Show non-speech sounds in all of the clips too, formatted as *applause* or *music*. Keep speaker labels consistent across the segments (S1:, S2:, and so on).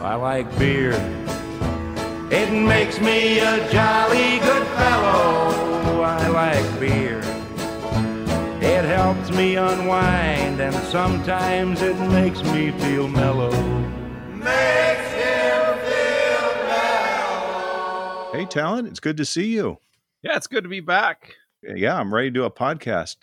S1: I like beer. It makes me a jolly good fellow. I like beer. It helps me unwind and sometimes it makes me feel mellow. Makes him feel mellow.
S2: Hey, Talent, it's good to see you. Uh,
S3: Yeah, it's good to be back.
S2: Yeah, I'm ready to do a podcast.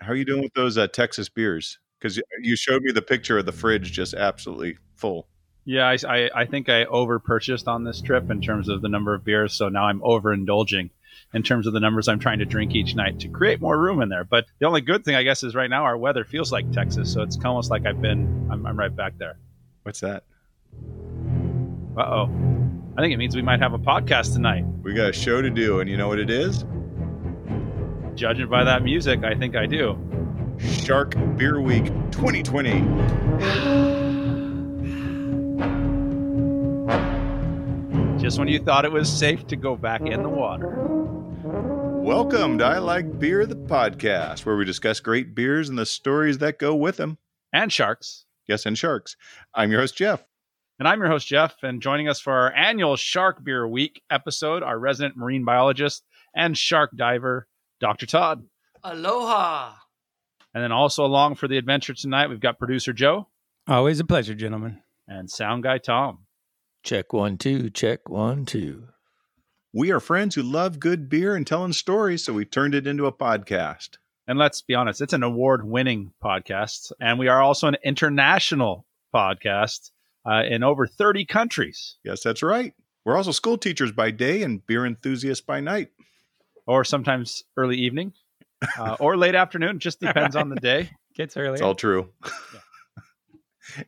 S2: How are you doing with those uh, Texas beers? Because you showed me the picture of the fridge just absolutely full.
S3: Yeah, I, I, I, think I overpurchased on this trip in terms of the number of beers, so now I'm overindulging in terms of the numbers I'm trying to drink each night to create more room in there. But the only good thing, I guess, is right now our weather feels like Texas, so it's almost like I've been, I'm, I'm right back there.
S2: What's that?
S3: Uh oh. I think it means we might have a podcast tonight.
S2: We got a show to do, and you know what it is?
S3: Judging by that music, I think I do.
S2: Shark Beer Week 2020.
S3: just when you thought it was safe to go back in the water.
S2: Welcome to I Like Beer, the podcast, where we discuss great beers and the stories that go with them.
S3: And sharks.
S2: Yes, and sharks. I'm your host, Jeff.
S3: And I'm your host, Jeff. And joining us for our annual Shark Beer Week episode, our resident marine biologist and shark diver, Dr. Todd.
S4: Aloha.
S3: And then also along for the adventure tonight, we've got producer Joe.
S5: Always a pleasure, gentlemen.
S3: And sound guy Tom.
S6: Check one, two, check one, two.
S2: We are friends who love good beer and telling stories, so we turned it into a podcast.
S3: And let's be honest, it's an award winning podcast. And we are also an international podcast uh, in over 30 countries.
S2: Yes, that's right. We're also school teachers by day and beer enthusiasts by night.
S3: Or sometimes early
S5: *laughs*
S3: evening uh, or late afternoon, just depends on the day.
S5: Gets early.
S2: It's all true. Yeah *laughs*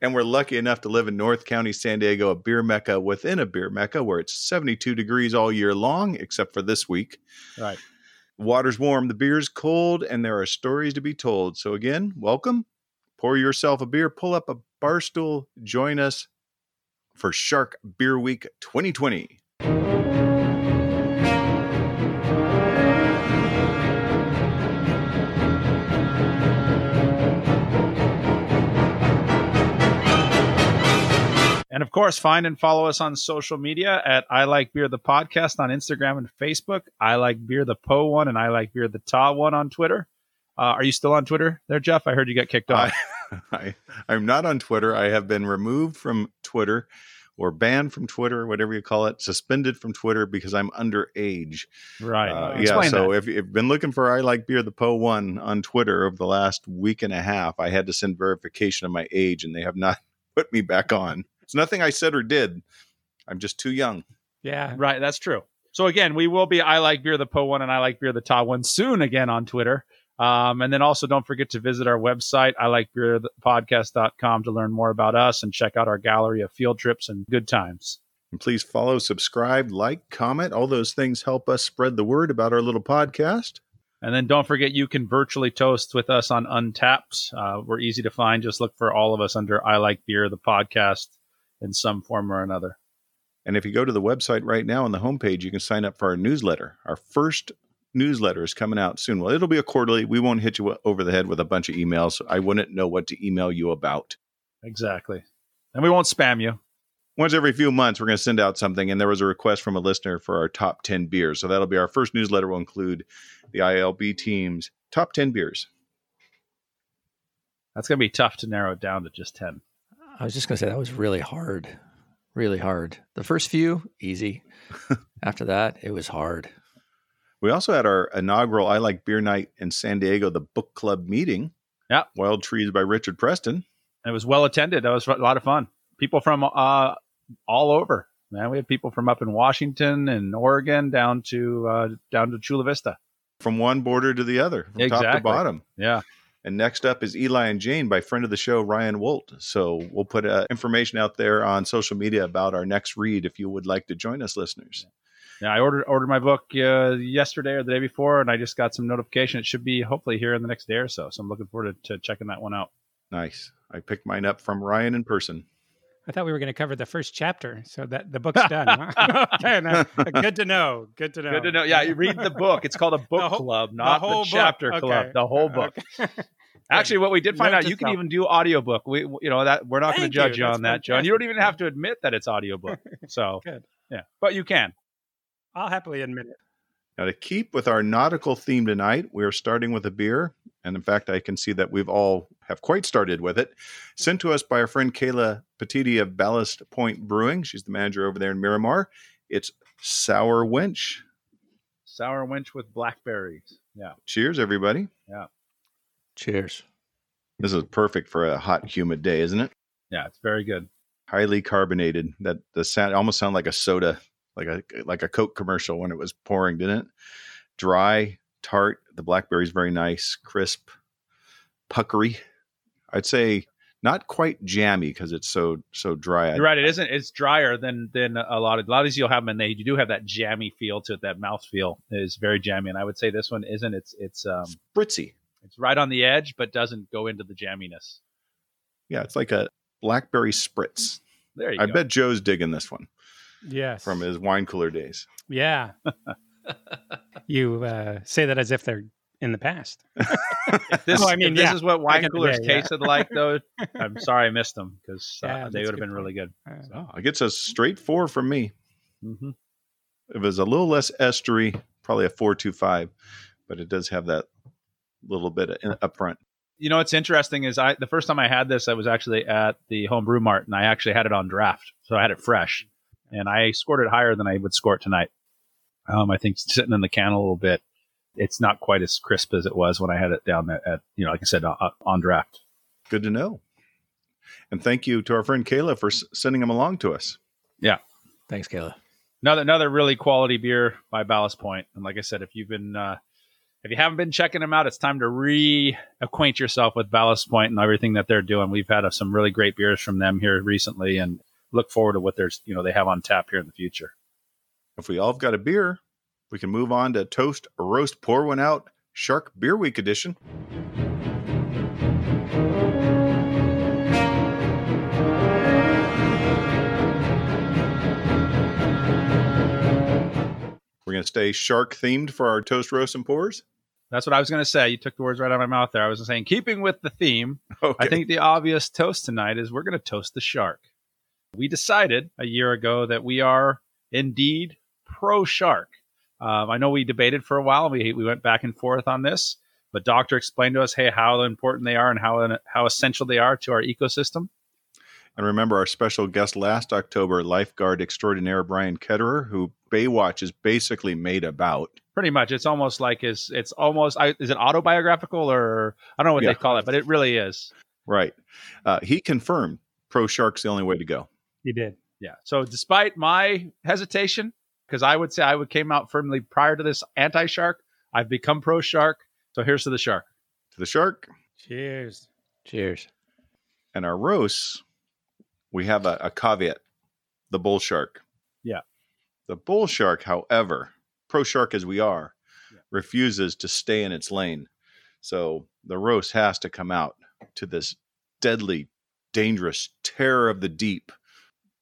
S2: and we're lucky enough to live in North County, San Diego, a beer mecca within a beer mecca where it's 72 degrees all year long, except for this week.
S3: Right.
S2: Water's warm, the beer's cold, and there are stories to be told. So, again, welcome. Pour yourself a beer, pull up a bar stool, join us for Shark Beer Week 2020.
S3: And of course, find and follow us on social media at I Like Beer the Podcast on Instagram and Facebook. I Like Beer the Po one and I Like Beer the Ta one on Twitter. Uh, are you still on Twitter there, Jeff? I heard you got kicked off.
S2: *laughs* I, I, am not on Twitter. I have been removed from Twitter or banned from Twitter, whatever you call it, suspended from Twitter because I'm underage.
S3: Right. Uh,
S2: yeah. So that. if you've been looking for I Like Beer the Po one on Twitter over the last week and a half, I had to send verification of my age and they have not *laughs* put me back on. It's nothing I said or did. I'm just too young.
S3: Yeah. Right. That's true. So again, we will be I like beer the Po one and I like beer the Ta one soon again on Twitter. Um, and then also don't forget to visit our website, I like beer podcast.com to learn more about us and check out our gallery of field trips and good times.
S2: And please follow, subscribe, like, comment. All those things help us spread the word about our little podcast.
S3: And then don't forget you can virtually toast with us on Untapped. Uh, we're easy to find. Just look for all of us under I like beer the podcast in some form or another.
S2: And if you go to the website right now on the homepage, you can sign up for our newsletter. Our first newsletter is coming out soon. Well, it'll be a quarterly. We won't hit you over the head with a bunch of emails. I wouldn't know what to email you about.
S3: Exactly. And we won't spam you.
S2: Once every few months, we're going to send out something. And there was a request from a listener for our top 10 beers. So that'll be our first newsletter, will include the ILB team's top 10 beers.
S3: That's going to be tough to narrow it down to just 10.
S6: I was just going to say that was really hard. Really hard. The first few, easy.
S2: *laughs*
S6: After that, it was hard.
S2: We also had our inaugural I Like Beer Night in San Diego, the book club meeting.
S3: Yeah.
S2: Wild Trees by Richard Preston.
S3: It was well attended. That was a lot of fun. People from uh, all over. Man, we had people from up in Washington and Oregon down to uh, down to Chula Vista.
S2: From one border to the other, from
S3: exactly.
S2: top to bottom.
S3: Yeah.
S2: And next up is Eli and Jane by friend of the show, Ryan Wolt. So we'll put uh, information out there on social media about our next read if you would like to join us, listeners.
S3: Yeah, I ordered ordered my book uh, yesterday or the day before, and I just got some notification. It should be hopefully here in the next day or so. So I'm looking forward to, to checking that one out.
S2: Nice. I picked mine up from Ryan in person.
S5: I thought we were going to cover the first chapter, so that the book's done.
S3: *laughs*
S5: *laughs* Huh? okay, no, good to know. Good to know.
S3: Good
S5: *laughs*
S3: to know. Yeah, you read the book. It's called a book whole, club, not the, the chapter book. club. Okay. The whole book. Okay.
S5: Uh,
S3: Actually, what we did find
S6: Note
S3: out,
S6: to
S3: you can
S6: self.
S3: even do audiobook. We, you know, that we're not going
S5: Thank
S3: to judge
S5: you.
S3: you, on that,
S5: That's
S3: Joe. And you don't even
S5: fantastic.
S3: have to admit that it's
S5: *laughs*
S3: audiobook. So,
S5: Good.
S3: yeah, but you can.
S5: I'll happily admit it.
S2: Now, to keep with our nautical theme tonight, we are starting with a beer. And in fact, I can see that we've all have quite started with it. Sent to us by our friend Kayla Patiti of Ballast Point Brewing. She's the manager over there in Miramar. It's Sour Wench.
S3: Sour winch with blackberries. Yeah.
S2: Cheers, everybody.
S6: Cheers.
S2: This is perfect for a hot, humid day, isn't it?
S3: Yeah. It's very good.
S2: Highly carbonated. That the sound almost sounded like a soda, like a like a Coke commercial when it was pouring, didn't it? Dry, tart. The blackberry's very nice, crisp, puckery. I'd say not quite jammy because it's so so dry. I-
S3: You're right. It isn't, it's drier than, than a lot of, a lot of these you'll have them and they you do have that jammy feel to it. That mouth feel is very jammy. And I would say this one isn't. It's, it's, um,
S2: Spritzy.
S3: it's right on the edge, but doesn't go into the jamminess.
S2: Yeah, it's like a blackberry spritz.
S3: There you
S2: I
S3: go.
S2: bet Joe's digging this one
S5: Yes.
S2: from his wine cooler days.
S3: *laughs*
S5: Yeah. you uh, say that as if they're in the past.
S3: This,
S5: Oh, I
S3: if
S5: mean,
S3: this
S5: yeah.
S3: is what wine
S5: can-
S3: coolers
S5: yeah, yeah.
S3: tasted like, though. I'm sorry I missed them because uh,
S5: *laughs* Yeah,
S3: they
S5: that's
S3: would
S5: a
S3: have
S5: good
S3: been really good.
S5: Uh,
S2: Oh, it gets a straight four from me.
S3: Mm-hmm.
S2: If it was a little less estery, probably a four two five, but it does have that little bit in- up front.
S3: you know what's interesting is I the first time I had this I was actually at the homebrew mart and I actually had it on draft so I had it fresh and I scored it higher than I would score it tonight. Um, I think sitting in the can a little bit, it's not quite as crisp as it was when I had it down at, at you know like I said on, on draft.
S2: Good to know. And thank you to our friend Kayla for s- sending them along to us.
S6: Thanks, Kayla.
S3: Another another really quality beer by Ballast Point and like I said if you've been uh, if you haven't been checking them out it's time to reacquaint yourself with Ballast Point and everything that they're doing. We've had uh, some really great beers from them here recently and look forward to what there's you know they have on tap here in the future.
S2: If we all have got a beer, we can move on to toast, roast, pour one out, Shark Beer Week edition. We're going to stay shark themed for our toast, roast, and pours. *laughs*
S3: That's what I was going to say. You took the words right out of my mouth there. I was saying, keeping with the theme,
S2: Okay.
S3: I think the obvious toast tonight is we're going to toast the shark. We decided a year ago that we are indeed pro shark. Um, I know we debated for a while. We, we went back and forth on this, but Doctor explained to us, hey, how important they are and how, uh, how essential they are to our ecosystem.
S2: And remember our special guest last October, lifeguard extraordinaire Brian Ketterer, who Baywatch is basically made about.
S3: Pretty much, it's almost like is it's almost I, is it autobiographical or I don't know what
S2: Yeah.
S3: they call it, but it really is.
S2: Right. Uh, he confirmed pro shark's the only way to go.
S5: you did.
S3: Yeah. So despite my hesitation, because I would say I would came out firmly prior to this anti shark, I've become pro shark. So here's to the shark.
S2: To the shark
S5: Cheers.
S6: Cheers.
S2: and our roasts, we have a, a caveat the bull shark.
S3: Yeah.
S2: The bull shark, however, pro shark as we are,
S3: Yeah.
S2: refuses to stay in its lane. So the roast has to come out to this deadly, dangerous terror of the deep.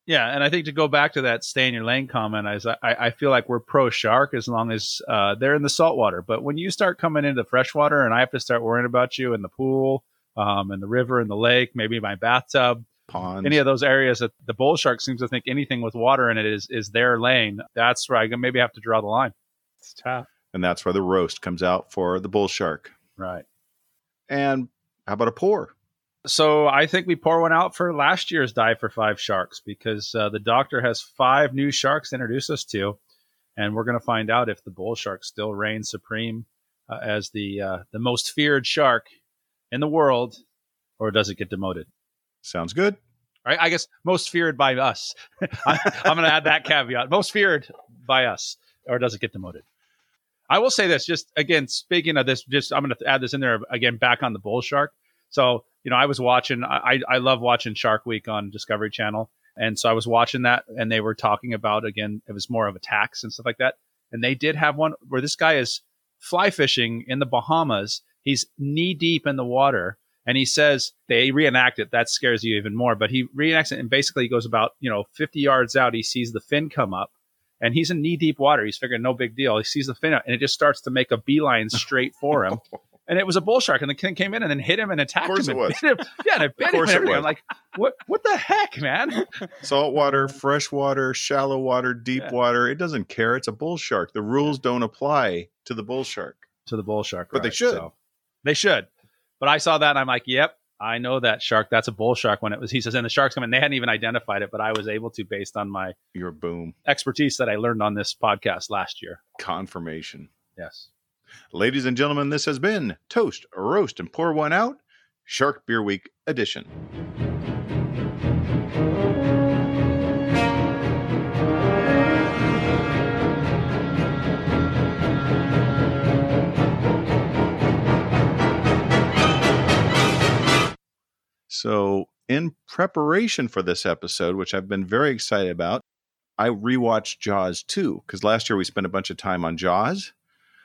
S3: Yeah, and I think to go back to that stay in your lane comment, is I, I feel like we're pro shark as long as uh, they're in the saltwater. But when you start coming into the freshwater, and I have to start worrying about you in the pool, um, in the river, in the lake, maybe my bathtub,
S2: Ponds.
S3: any of those areas that the bull shark seems to think anything with water in it is is their lane. That's where I maybe have to draw the line.
S5: It's tough.
S2: and that's where the roast comes out for the bull shark.
S3: Right.
S2: And how about a pour?
S3: So I think we pour one out for last year's dive for five sharks because uh, the doctor has five new sharks to introduce us to, and we're going to find out if the bull shark still reigns supreme uh, as the uh, the most feared shark in the world, or does it get demoted?
S2: Sounds good.
S3: All right, I guess most feared by us. *laughs* I, I'm going to add that caveat: most feared by us, or does it get demoted? I will say this, just again, speaking of this, just I'm going to add this in there again, back on the bull shark. So you know, I was watching. I I I love watching Shark Week on Discovery Channel, and so I was watching that, and they were talking about again, it was more of attacks and stuff like that. And they did have one where this guy is fly fishing in the Bahamas. He's knee deep in the water, and he says they reenact it. That scares you even more. But he reenacts it and basically goes about, you know, 50 yards out. He sees the fin come up and
S2: *laughs*
S3: he's in knee deep water. He's figuring no big deal. He sees the fin out and it just starts to make a beeline straight for him. and it was a bull shark, and the king came in and then hit him and attacked
S2: course
S3: him.
S2: it was.
S3: and bit him. Yeah, and I bit him.
S2: course it
S3: And everything. I'm
S2: was.
S3: like, what? What the heck, man?
S2: Salt water, fresh water, shallow water, deep
S3: Yeah.
S2: water. It doesn't care. It's a bull shark. The rules don't apply to the bull shark.
S3: To the bull shark,
S2: But they
S3: right,
S2: should.
S3: they should. But I saw that, and I'm like, yep. I know that shark. That's a bull shark. When it was, he says, and the sharks come in. They hadn't even identified it, but I was able to based on my
S2: Your boom
S3: expertise that I learned on this podcast last year.
S2: confirmation.
S3: Yes.
S2: Ladies and gentlemen, this has been Toast, Roast, and Pour One Out, Shark Beer Week edition. So, in preparation for this episode, which I've been very excited about, I rewatched Jaws 2 because last year we spent a bunch of time on Jaws.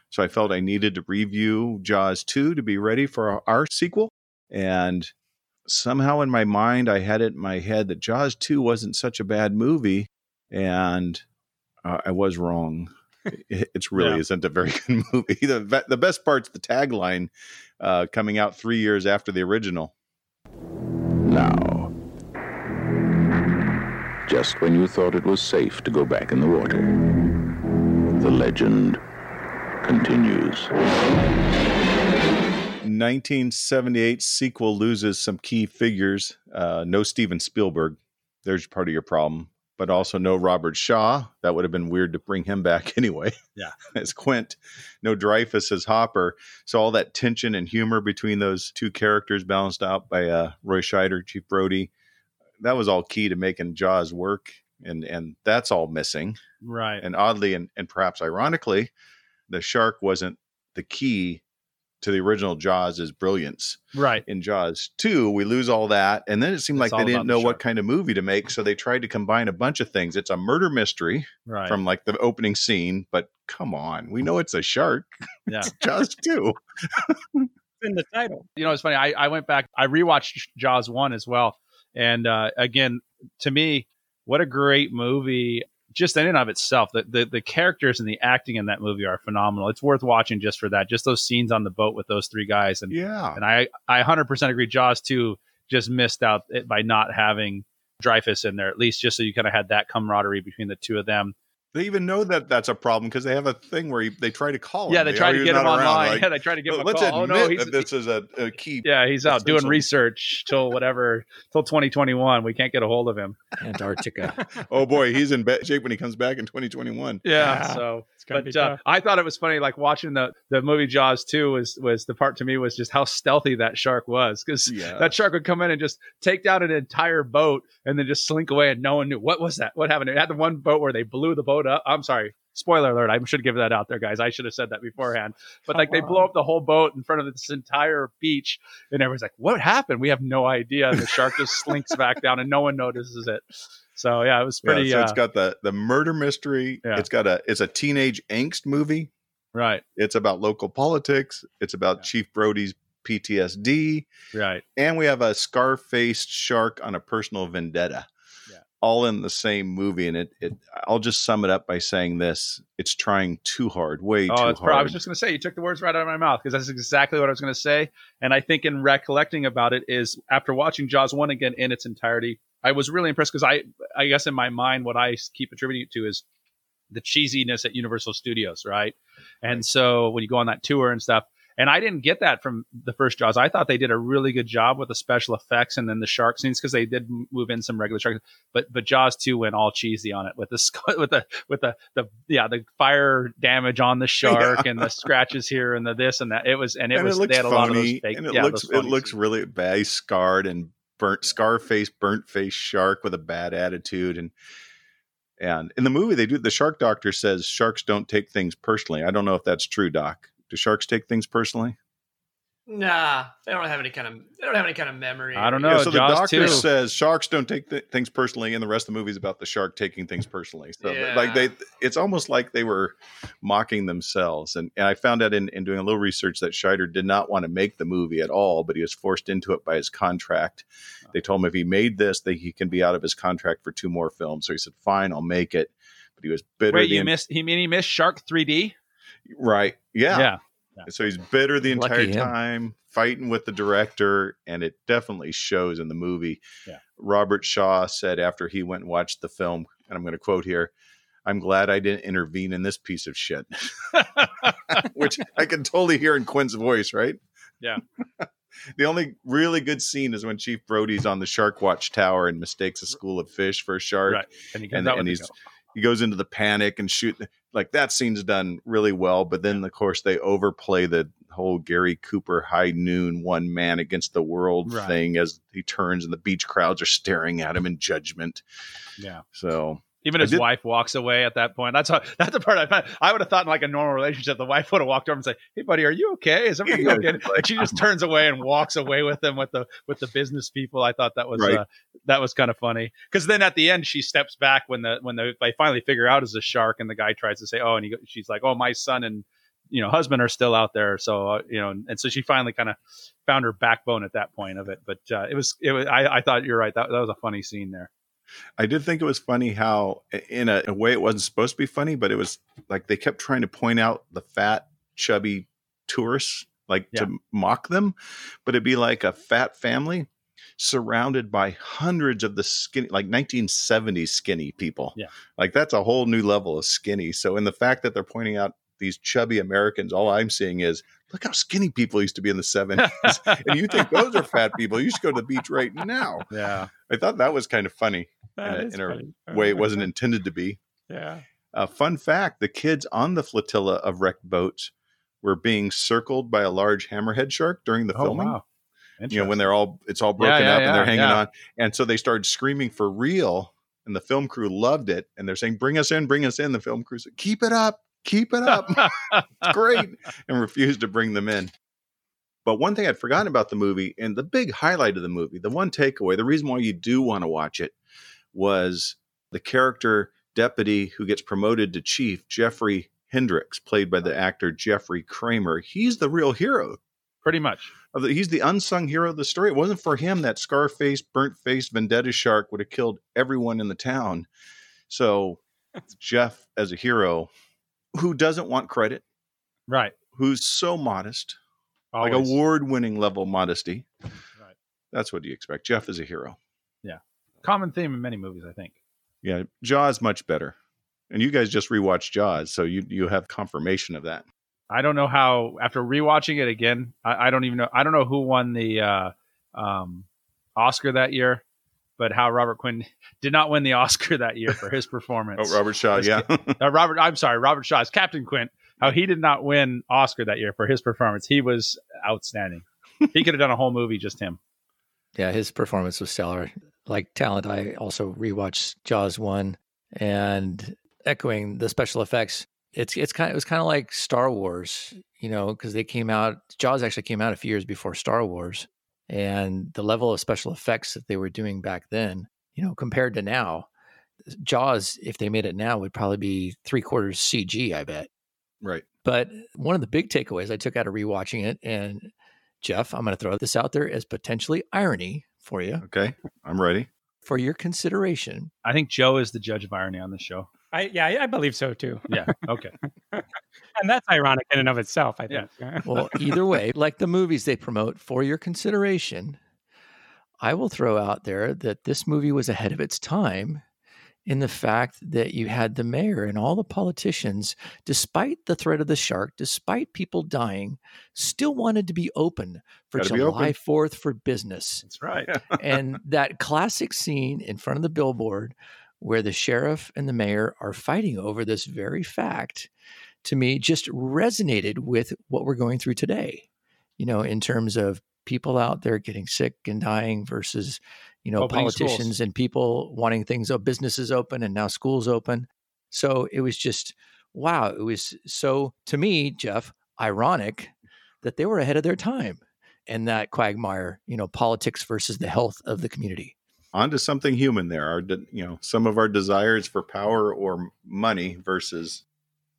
S2: So I felt I needed to review Jaws 2 to be ready for our, our sequel. And somehow in my mind, I had it in my head that Jaws 2 wasn't such a bad movie. And uh, I was wrong. It it's really
S3: Yeah.
S2: isn't a very *laughs* good movie. The, ve- the best part's the tagline uh, coming out three years after the original.
S4: Now, just when you thought it was safe to go back in the water, the legend continues.
S2: 1978 sequel loses some key figures. Uh, no Steven Spielberg. There's part of your problem. But also no Robert Shaw. That would have been weird to bring him back *laughs* anyway.
S3: Yeah.
S2: as Quint. No Dreyfus as Hopper. So all that tension and humor between those two characters balanced out by uh, Roy Scheider, Chief Brody. That was all key to making Jaws work. And and that's all missing
S3: Right.
S2: and oddly and, and perhaps ironically the shark wasn't the key to the original jaws' brilliance
S3: right.
S2: in jaws 2 we lose all that and then it seemed
S3: It's
S2: like
S3: all
S2: they didn't
S3: about
S2: know
S3: the
S2: what
S3: shark.
S2: kind of movie to make so they tried to combine a bunch of things it's a murder mystery
S3: Right.
S2: from like the opening scene but come on we know it's a shark *laughs*
S3: Yeah.
S2: It's jaws 2
S5: in the title.
S3: you know, it's funny. I, I went back, I rewatched Jaws 1 as well. And uh, again, to me, what a great movie, just in and of itself. The, the, the characters and the acting in that movie are phenomenal. It's worth watching just for that, just those scenes on the boat with those three guys. And,
S2: yeah
S3: and I, I 100% agree. Jaws 2 just missed out it by not having Dreyfus in there, at least just so you kind of had that camaraderie between the two of them.
S2: they even know that that's a problem because they have a thing where you, they try to call him
S3: yeah, they tried
S2: oh,
S3: to
S2: he's
S3: get him
S2: not
S3: online.
S2: around. Like,
S3: yeah, they tried to *laughs* give him a
S2: let's
S3: call. Oh,
S2: admit
S3: no, he's,
S2: that this is a, a key
S3: *laughs* yeah, he's out doing
S2: Essential.
S3: research till whatever, till 2021. We can't get a hold of him.
S6: Antarctica.
S2: oh boy he's in bad shape when he comes back in 2021
S5: Yeah.
S3: So,
S5: It's gonna
S3: but
S5: be
S3: uh,
S5: tough.
S3: I thought it was funny. Like watching the the movie Jaws two was was the part to me was just how stealthy that shark was because
S2: yeah
S3: that shark would come in and just take down an entire boat and then just slink away and no one knew what was that what happened. It had the one boat where they blew the boat up. I'm sorry. Spoiler alert! I should give that out there, guys. I should have said that beforehand. But like, they
S5: Come
S3: blow up the whole boat in front of this entire beach, and everyone's like, "What happened?" We have no idea. And the shark just
S2: *laughs*
S3: slinks back down, and no one notices it. So yeah, it was
S2: Yeah,
S3: pretty
S2: so it's
S3: uh,
S2: got the the murder mystery.
S3: Yeah.
S2: It's got a it's a teenage angst movie.
S3: right.
S2: It's about local politics. It's about
S3: Yeah.
S2: Chief Brody's PTSD,
S3: Right.
S2: and we have a scar-faced shark on a personal vendetta.
S3: Yeah.
S2: All in the same movie, and it, it. I'll just sum it up by saying this: it's trying too hard, way too
S3: Oh, it's
S2: hard.
S3: prob- I was just going to say you took the words right out of my mouth because that's exactly what I was going to say. And I think in recollecting about it is after watching Jaws one again in its entirety, I was really impressed because I, I guess in my mind, what I s- keep attributing it to is the cheesiness at Universal Studios, right? And so when you go on that tour and stuff, and I didn't get that from the first Jaws. I thought they did a really good job with the special effects and then the shark scenes because they did m- move in some regular sharks. But but Jaws two went all cheesy on it with the sc- *laughs* with the with the the yeah the fire
S2: *laughs*
S3: damage on the shark and the scratches here and the this and that. It was and it
S2: and
S3: was
S2: it looks
S3: they had a lot of those
S2: phony,
S3: fake
S2: and it
S3: yeah,
S2: looks
S3: those
S2: it
S3: phony
S2: looks
S3: scenes.
S2: really bad. He's scarred and burnt, scar-faced, burnt-faced shark with a bad attitude, and and in the movie they do the shark doctor says sharks don't take things personally. I don't know if that's true, Doc. Do sharks take things personally?
S7: Nah, they don't have any kind of they don't have any kind of memory.
S3: I don't
S7: or-
S3: know.
S2: Yeah, so the
S3: Jaws
S2: doctor
S3: 2.
S2: says sharks don't take th- things personally, and the rest of the movie is about the shark taking things personally. So
S7: Yeah.
S2: like they, it's almost like they were mocking themselves. And, and I found out in, in doing a little research that Scheider did not want to make the movie at all, but he was forced into it by his contract. They told him if he made this, that he can be out of his contract for two more films. So he said, "Fine, I'll make it." But he was bitter.
S3: Wait,
S2: the
S3: you
S2: en-
S3: missed? He mean he missed Shark 3D?
S2: right? Yeah. And so he's bitter the entire
S6: Lucky him.
S2: time, fighting with the director, and it definitely shows in the movie.
S3: Yeah.
S2: Robert Shaw said after he went and watched the film, and I'm going to quote here. I'm glad I didn't intervene in this piece of shit, *laughs* which I can totally hear in Quinn's voice, right?
S3: Yeah.
S2: *laughs* the only really good scene is when Chief Brody's on the Shark Watch Tower and mistakes a school of fish for a shark.
S3: Right. And he comes
S2: And-
S3: out
S2: and
S3: with
S2: he's-
S3: the goat.
S2: He goes into the panic and shoot. Like that scene's done really well, but then of course they overplay the whole Gary Cooper high noon one man against the world
S3: Right.
S2: thing as he turns and the beach crowds are staring at him in judgment.
S3: Yeah.
S2: So
S3: Even
S2: I
S3: his
S2: did-
S3: wife walks away at that point. That's how, that's the part I found. I would have thought in like a normal relationship, the wife would have walked over and said, "Hey, buddy, are you okay? Is everything
S2: Yeah, *laughs* um,
S3: okay?" And she just turns away and walks away with them with the with the business people. I thought that was
S2: Right.
S3: uh, that was kind of funny because then at the end she steps back when the when the they finally figure out is a shark and the guy tries to say, "Oh," and he, go- she's like, "Oh, my son and you know husband are still out there." So uh, you know, and, so she finally kind of found her backbone at that point of it. But uh, it was it was I, I thought you're right. That, that was a funny scene there.
S2: I did think it was funny how, in a, a way, it wasn't supposed to be funny, but it was like they kept trying to point out the fat, chubby tourists, like
S3: Yeah.
S2: to mock them. But it'd be like a fat family surrounded by hundreds of the skinny, like 1970s skinny people.
S3: Yeah.
S2: Like that's a whole new level of skinny. So, in the fact that they're pointing out these chubby Americans, all I'm seeing is look how skinny people used to be in the
S3: *laughs*
S2: 70s. and you think those are fat people. You should go to the beach right now.
S3: Yeah.
S2: I thought that was kind of funny
S5: *laughs* That
S2: in a-
S5: is
S2: in a
S5: funny.
S2: way it wasn't intended to be.
S5: *laughs* Yeah.
S2: Uh, fun fact the kids on the flotilla of wrecked boats were being circled by a large hammerhead shark during the
S3: Oh,
S2: filming. You know, when they're all, it's all broken
S3: yeah,
S2: up and they're
S3: yeah,
S2: hanging
S3: yeah.
S2: on. And so they started screaming for real. And the film crew loved it. And they're saying, bring us in, bring us in. The film crew said, keep it up, keep it up. *laughs* it's
S3: *laughs*
S2: great. And refused to bring them in. But one thing I'd forgotten about the movie and the big highlight of the movie, the one takeaway, the reason why you do want to watch it was the character deputy who gets promoted to chief, Jeffrey Hendricks, played by the actor Jeffrey Kramer. He's the real hero
S3: Pretty much.
S2: of the- he's the unsung hero of the story. It wasn't for him that Scarface, burnt faced vendetta shark would have killed everyone in the town.
S3: *laughs*
S2: So it's Jeff as a hero who doesn't want credit,
S3: Right.
S2: who's so modest,
S3: Always.
S2: like award winning level modesty.
S3: Right.
S2: That's what you expect. Jeff is a hero.
S3: common theme in many movies, I think.
S2: Yeah, Jaws much better. And you guys just rewatched Jaws, so you you have confirmation of that.
S3: I don't know how after rewatching it again, I, I don't even know I don't know who won the uh, um, Oscar that year, but how Robert Quinn *laughs* did not win the Oscar that year for his
S2: *laughs*
S3: performance.
S2: Oh, Robert
S3: *laughs*
S2: Shaw,
S3: Let's
S2: yeah.
S3: Uh, Robert, I'm sorry, Robert Shaw's Captain Quint. How he did not win Oscar that year for his performance. He was outstanding. he could have done a whole movie just him.
S6: Yeah, his performance was stellar. Like talent, I also rewatched Jaws one and echoing the special effects. It's it's kind it was kind of like Star Wars, you know, because they came out. Jaws actually came out a few years before Star Wars, and the level of special effects that they were doing back then, you know, compared to now, Jaws, if they made it now, would probably be three quarters CG. I bet.
S2: *laughs* right.
S6: But one of the big takeaways I took out of rewatching it, and Jeff, I'm going to throw this out there as potentially irony for you,
S2: Okay. I'm ready.
S6: for your consideration.
S3: I think Joe is the judge of irony on this show.
S5: I, yeah, I, I believe so too.
S3: Yeah.
S2: *laughs*
S3: Okay.
S5: And that's ironic in and of itself, I
S3: Yeah.
S5: think. *laughs* Yeah.
S2: *laughs*
S6: Well, either way, like the movies they promote, for your consideration, I will throw out there that this movie was ahead of its time in the fact that you had the mayor and all the politicians, despite the threat of the shark, despite people dying, still wanted to be open for
S2: Gotta be open.
S6: July 4th for business.
S3: That's right.
S6: and that classic scene in front of the billboard where the sheriff and the mayor are fighting over this very fact to me just resonated with what we're going through today you know in terms of people out there getting sick and dying versus you know
S3: Opening schools.
S6: politicians and people wanting things up businesses open and now schools open so it was just wow it was so to me jeff ironic that they were ahead of their time and that quagmire, you know, politics versus the health of the community.
S2: onto something human there our de- you know some of our desires for power or m- money versus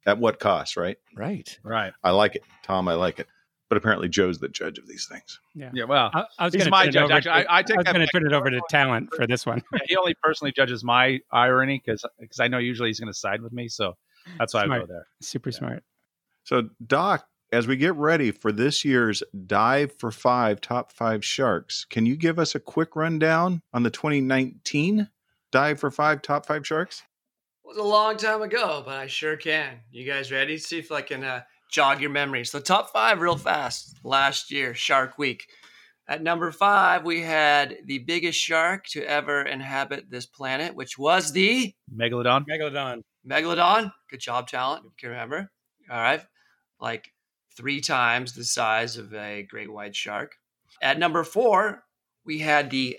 S2: at what cost right
S6: Right.
S3: Right.
S2: i like it tom i like it but apparently joe's the judge of these things
S3: Yeah. Well,
S5: I, I was
S3: He's
S5: going
S3: my
S5: to
S3: judge,
S5: turn it over.
S3: actually.
S5: To,
S3: I- I take
S5: was
S3: that
S5: going to
S3: back.
S5: turn it over to talent for this one. *laughs*
S3: Yeah, he only personally judges my irony because I know usually he's going to side with me, so that's why I
S5: Smart.
S3: go there.
S5: Super smart.
S2: so doc as we get ready for this year's Dive for Five Top Five Sharks, can you give us a quick rundown on the 2019 Dive for Five Top Five Sharks?
S7: It was a long time ago, but I sure can. You guys ready? See if I can uh, jog your memory. So, top five, real fast. Last year, Shark Week. At number five, we had the biggest shark to ever inhabit this planet, which was the
S3: Megalodon.
S5: Megalodon.
S7: megalodon. Good job, talent. You can remember. All right. Like three times the size of a great white shark. At number four, we had the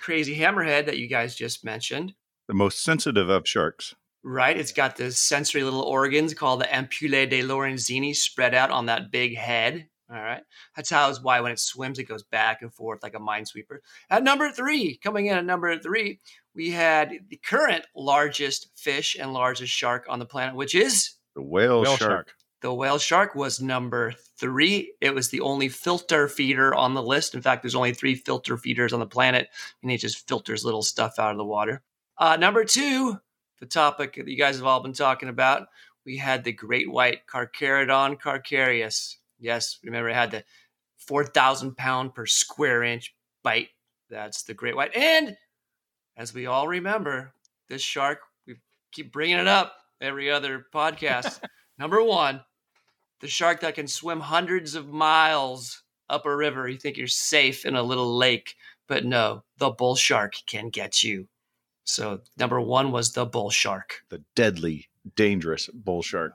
S7: crazy hammerhead that you guys just mentioned.
S2: The most sensitive of sharks.
S7: Right. It's got the sensory little organs called the ampullae de Lorenzini spread out on that big head. All right. That's how it's why when it swims, it goes back and forth like a minesweeper. At number three, coming in at number three, we had the current largest fish and largest shark on the planet, which is
S2: The whale,
S3: Whale
S2: shark.
S3: shark.
S7: the whale shark was number three. It was the only filter feeder on the list. In fact, there's only three filter feeders on the planet, and it just filters little stuff out of the water. Uh, number two, the topic that you guys have all been talking about, we had the great white Carcharodon carcharius. Yes, remember it had the 4,000 pound per square inch bite. That's the great white. And as we all remember, this shark, we keep bringing it up every other podcast. Number one, the shark that can swim hundreds of miles up a river. You think you're safe in a little lake, but no, the bull shark can get you. So, number one was the bull shark.
S2: The deadly, dangerous bull shark.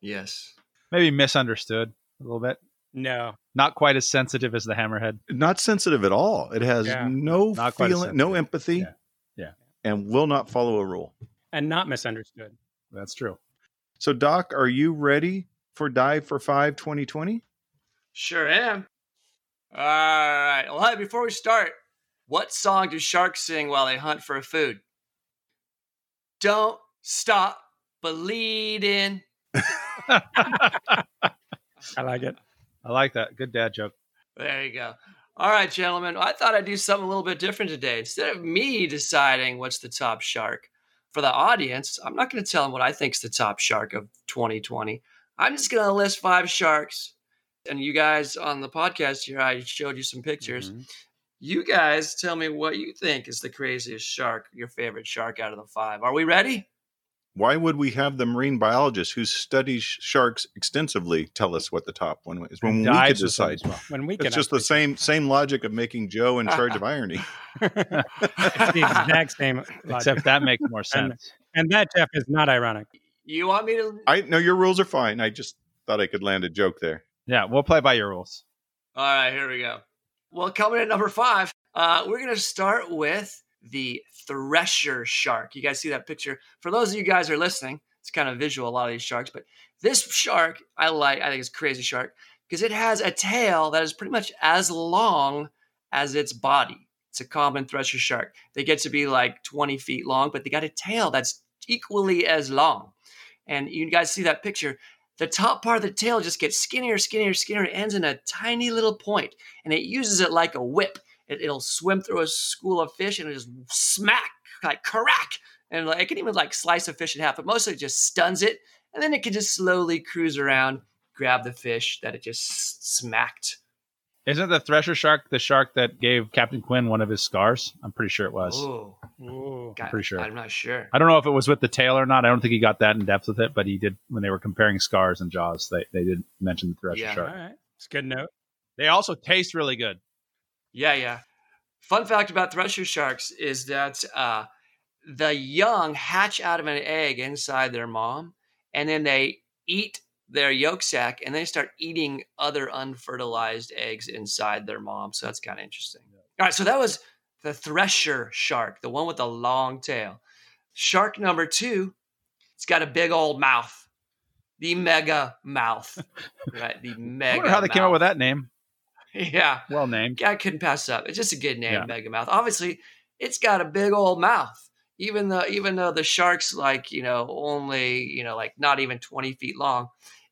S7: Yes.
S3: Maybe misunderstood a little bit.
S5: No.
S3: Not quite as sensitive as the hammerhead.
S2: Not sensitive at all. It has
S5: Yeah.
S2: no
S3: Not quite as
S2: feeling, no
S3: sensitive.
S2: empathy.
S3: Yeah. Yeah.
S2: And will not follow a rule.
S5: And not misunderstood.
S3: That's true. *laughs*
S2: So, Doc, are you ready for Dive for Five 2020?
S7: Sure am. All right. Well, hey, before we start, what song do sharks sing while they hunt for food? Don't stop bleeding.
S3: I
S5: I like it.
S3: like that. Good dad joke.
S7: There you go. All right, gentlemen. I thought I'd do something a little bit different today. Instead of me deciding what's the top shark for the audience, I'm not going to tell them what I think's the top shark of 2020. I'm just going to list five sharks. And you guys on the podcast here, I showed you some pictures.
S3: Mhm.
S7: You guys tell me what you think is the craziest shark, your favorite shark out of the five. Are we ready? *laughs*
S2: Why would we have the marine biologist who studies sharks extensively tell us what the top one is when we could
S3: Dives with them
S2: decide?
S3: as well.
S5: When we can.
S2: It's just the same same logic of making Joe in
S3: *laughs*
S2: charge of irony.
S5: it's the exact same. Except,
S3: *laughs* Except that makes more sense.
S5: and that, Jeff, is not ironic.
S7: You want me to?
S2: I no, your rules are fine. I just thought I could land a joke there.
S3: Yeah, we'll play by your rules.
S7: All right, here we go. Well, coming at number five, uh, we're going to start with the thresher shark. You guys see that picture? For those of you guys who are listening, it's kind of visual, a lot of these sharks, but this shark I like, I think it's a crazy shark because it has a tail that is pretty much as long as its body. It's a common thresher shark. They get to be like 20 feet long, but they got a tail that's equally as long. And you guys see that picture the top part of the tail just gets skinnier, skinnier, skinnier. It ends in a tiny little point, and it uses it like a whip. It, it'll swim through a school of fish and it just smack, like crack, and like, it can even like slice a fish in half. But mostly, it just stuns it, and then it can just slowly cruise around, grab the fish that it just smacked.
S3: Isn't the thresher shark the shark that gave Captain Quinn one of his scars? I'm pretty sure it was.
S7: Oh,
S5: Ooh.
S7: God,
S3: pretty sure.
S7: I'm not sure.
S3: I don't know if it was with the tail or not. I don't think he got that in depth with it, but he did when they were comparing scars and jaws. They they did mention the thresher
S7: Yeah.
S5: All
S3: shark.
S5: right. It's a good note.
S3: They also taste really good.
S7: Yeah, yeah. Fun fact about thresher sharks is that uh, the young hatch out of an egg inside their mom, and then they eat their yolk sac, and they start eating other unfertilized eggs inside their mom. So that's kind of interesting. All right, so that was the thresher shark, the one with the long tail. Shark number two, it's got a big old mouth, the mega mouth,
S3: *laughs*
S7: right? The mega.
S3: I wonder how they came up with that name.
S7: that. *laughs* Yeah.
S3: Well named.
S7: I couldn't pass it up. It's just a good name,
S3: Yeah.
S7: Megamouth. Obviously, it's got a big old mouth. Even though even though the shark's like, you know, only, you know, like not even 20 feet long,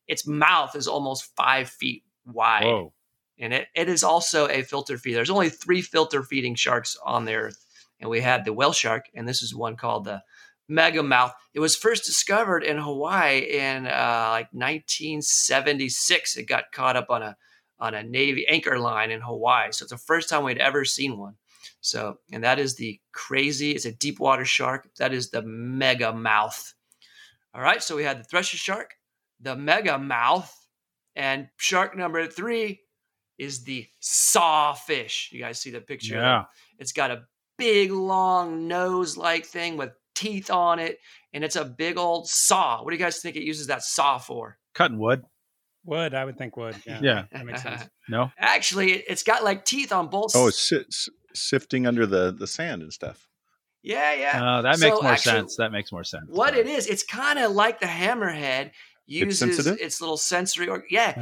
S7: its mouth is almost five feet wide.
S3: Whoa.
S7: And it, it is also a filter feeder. There's only three filter feeding sharks on the earth. And we had the whale shark, and this is one called the megamouth. It was first discovered in Hawaii in uh, like 1976. It got caught up on a on a navy anchor line in Hawaii, so it's the first time we'd ever seen one. So, and that is the crazy. It's a deep water shark. That is the megamouth. All right, so we had the thresher shark, the megamouth, and shark number three is the sawfish. You guys see the picture? there?
S3: Yeah.
S7: It's got a big long nose like thing with teeth on it, and it's a big old saw. What do you guys think it uses that saw for?
S3: Cutting wood.
S5: Wood, I would think wood. Yeah.
S3: Yeah.
S5: That
S7: *laughs*
S5: makes sense.
S3: No.
S7: Actually, it- it's got like teeth on both.
S2: Oh,
S7: s-
S2: it's si- s- sifting under the the sand and stuff.
S7: yeah, yeah.
S3: Uh, that makes
S7: So
S3: more
S7: actually,
S3: sense. That makes more sense.
S7: what it is, it's kind of like the hammerhead uses its,
S2: sensitive?
S7: little sensory. Or, yeah,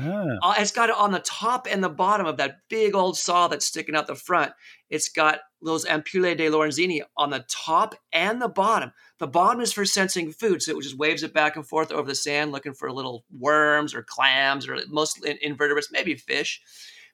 S3: Ah,
S7: uh, it's got it on the top and the bottom of that big old saw that's sticking out the front. It's got those ampullae de Lorenzini on the top and the bottom. The bottom is for sensing food, so it just waves it back and forth over the sand, looking for little worms or clams or mostly in- invertebrates, maybe fish.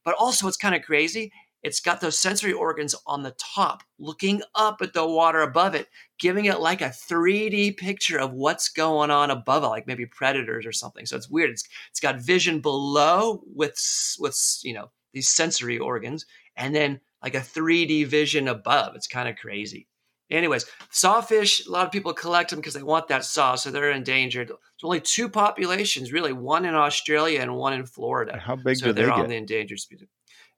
S7: But also, it's kind of crazy. It's got those sensory organs on the top, looking up at the water above it, giving it like a 3D picture of what's going on above it, like maybe predators or something. So it's weird. It's it's got vision below with s- with s- you know these sensory organs, and then like a 3D vision above. It's kind of crazy. Anyways, sawfish. A lot of people collect them because they want that saw, so they're endangered. There's only two populations, really. One in Australia and one in Florida.
S2: How big
S7: so
S2: do they
S7: they're on the
S2: get?
S7: endangered species.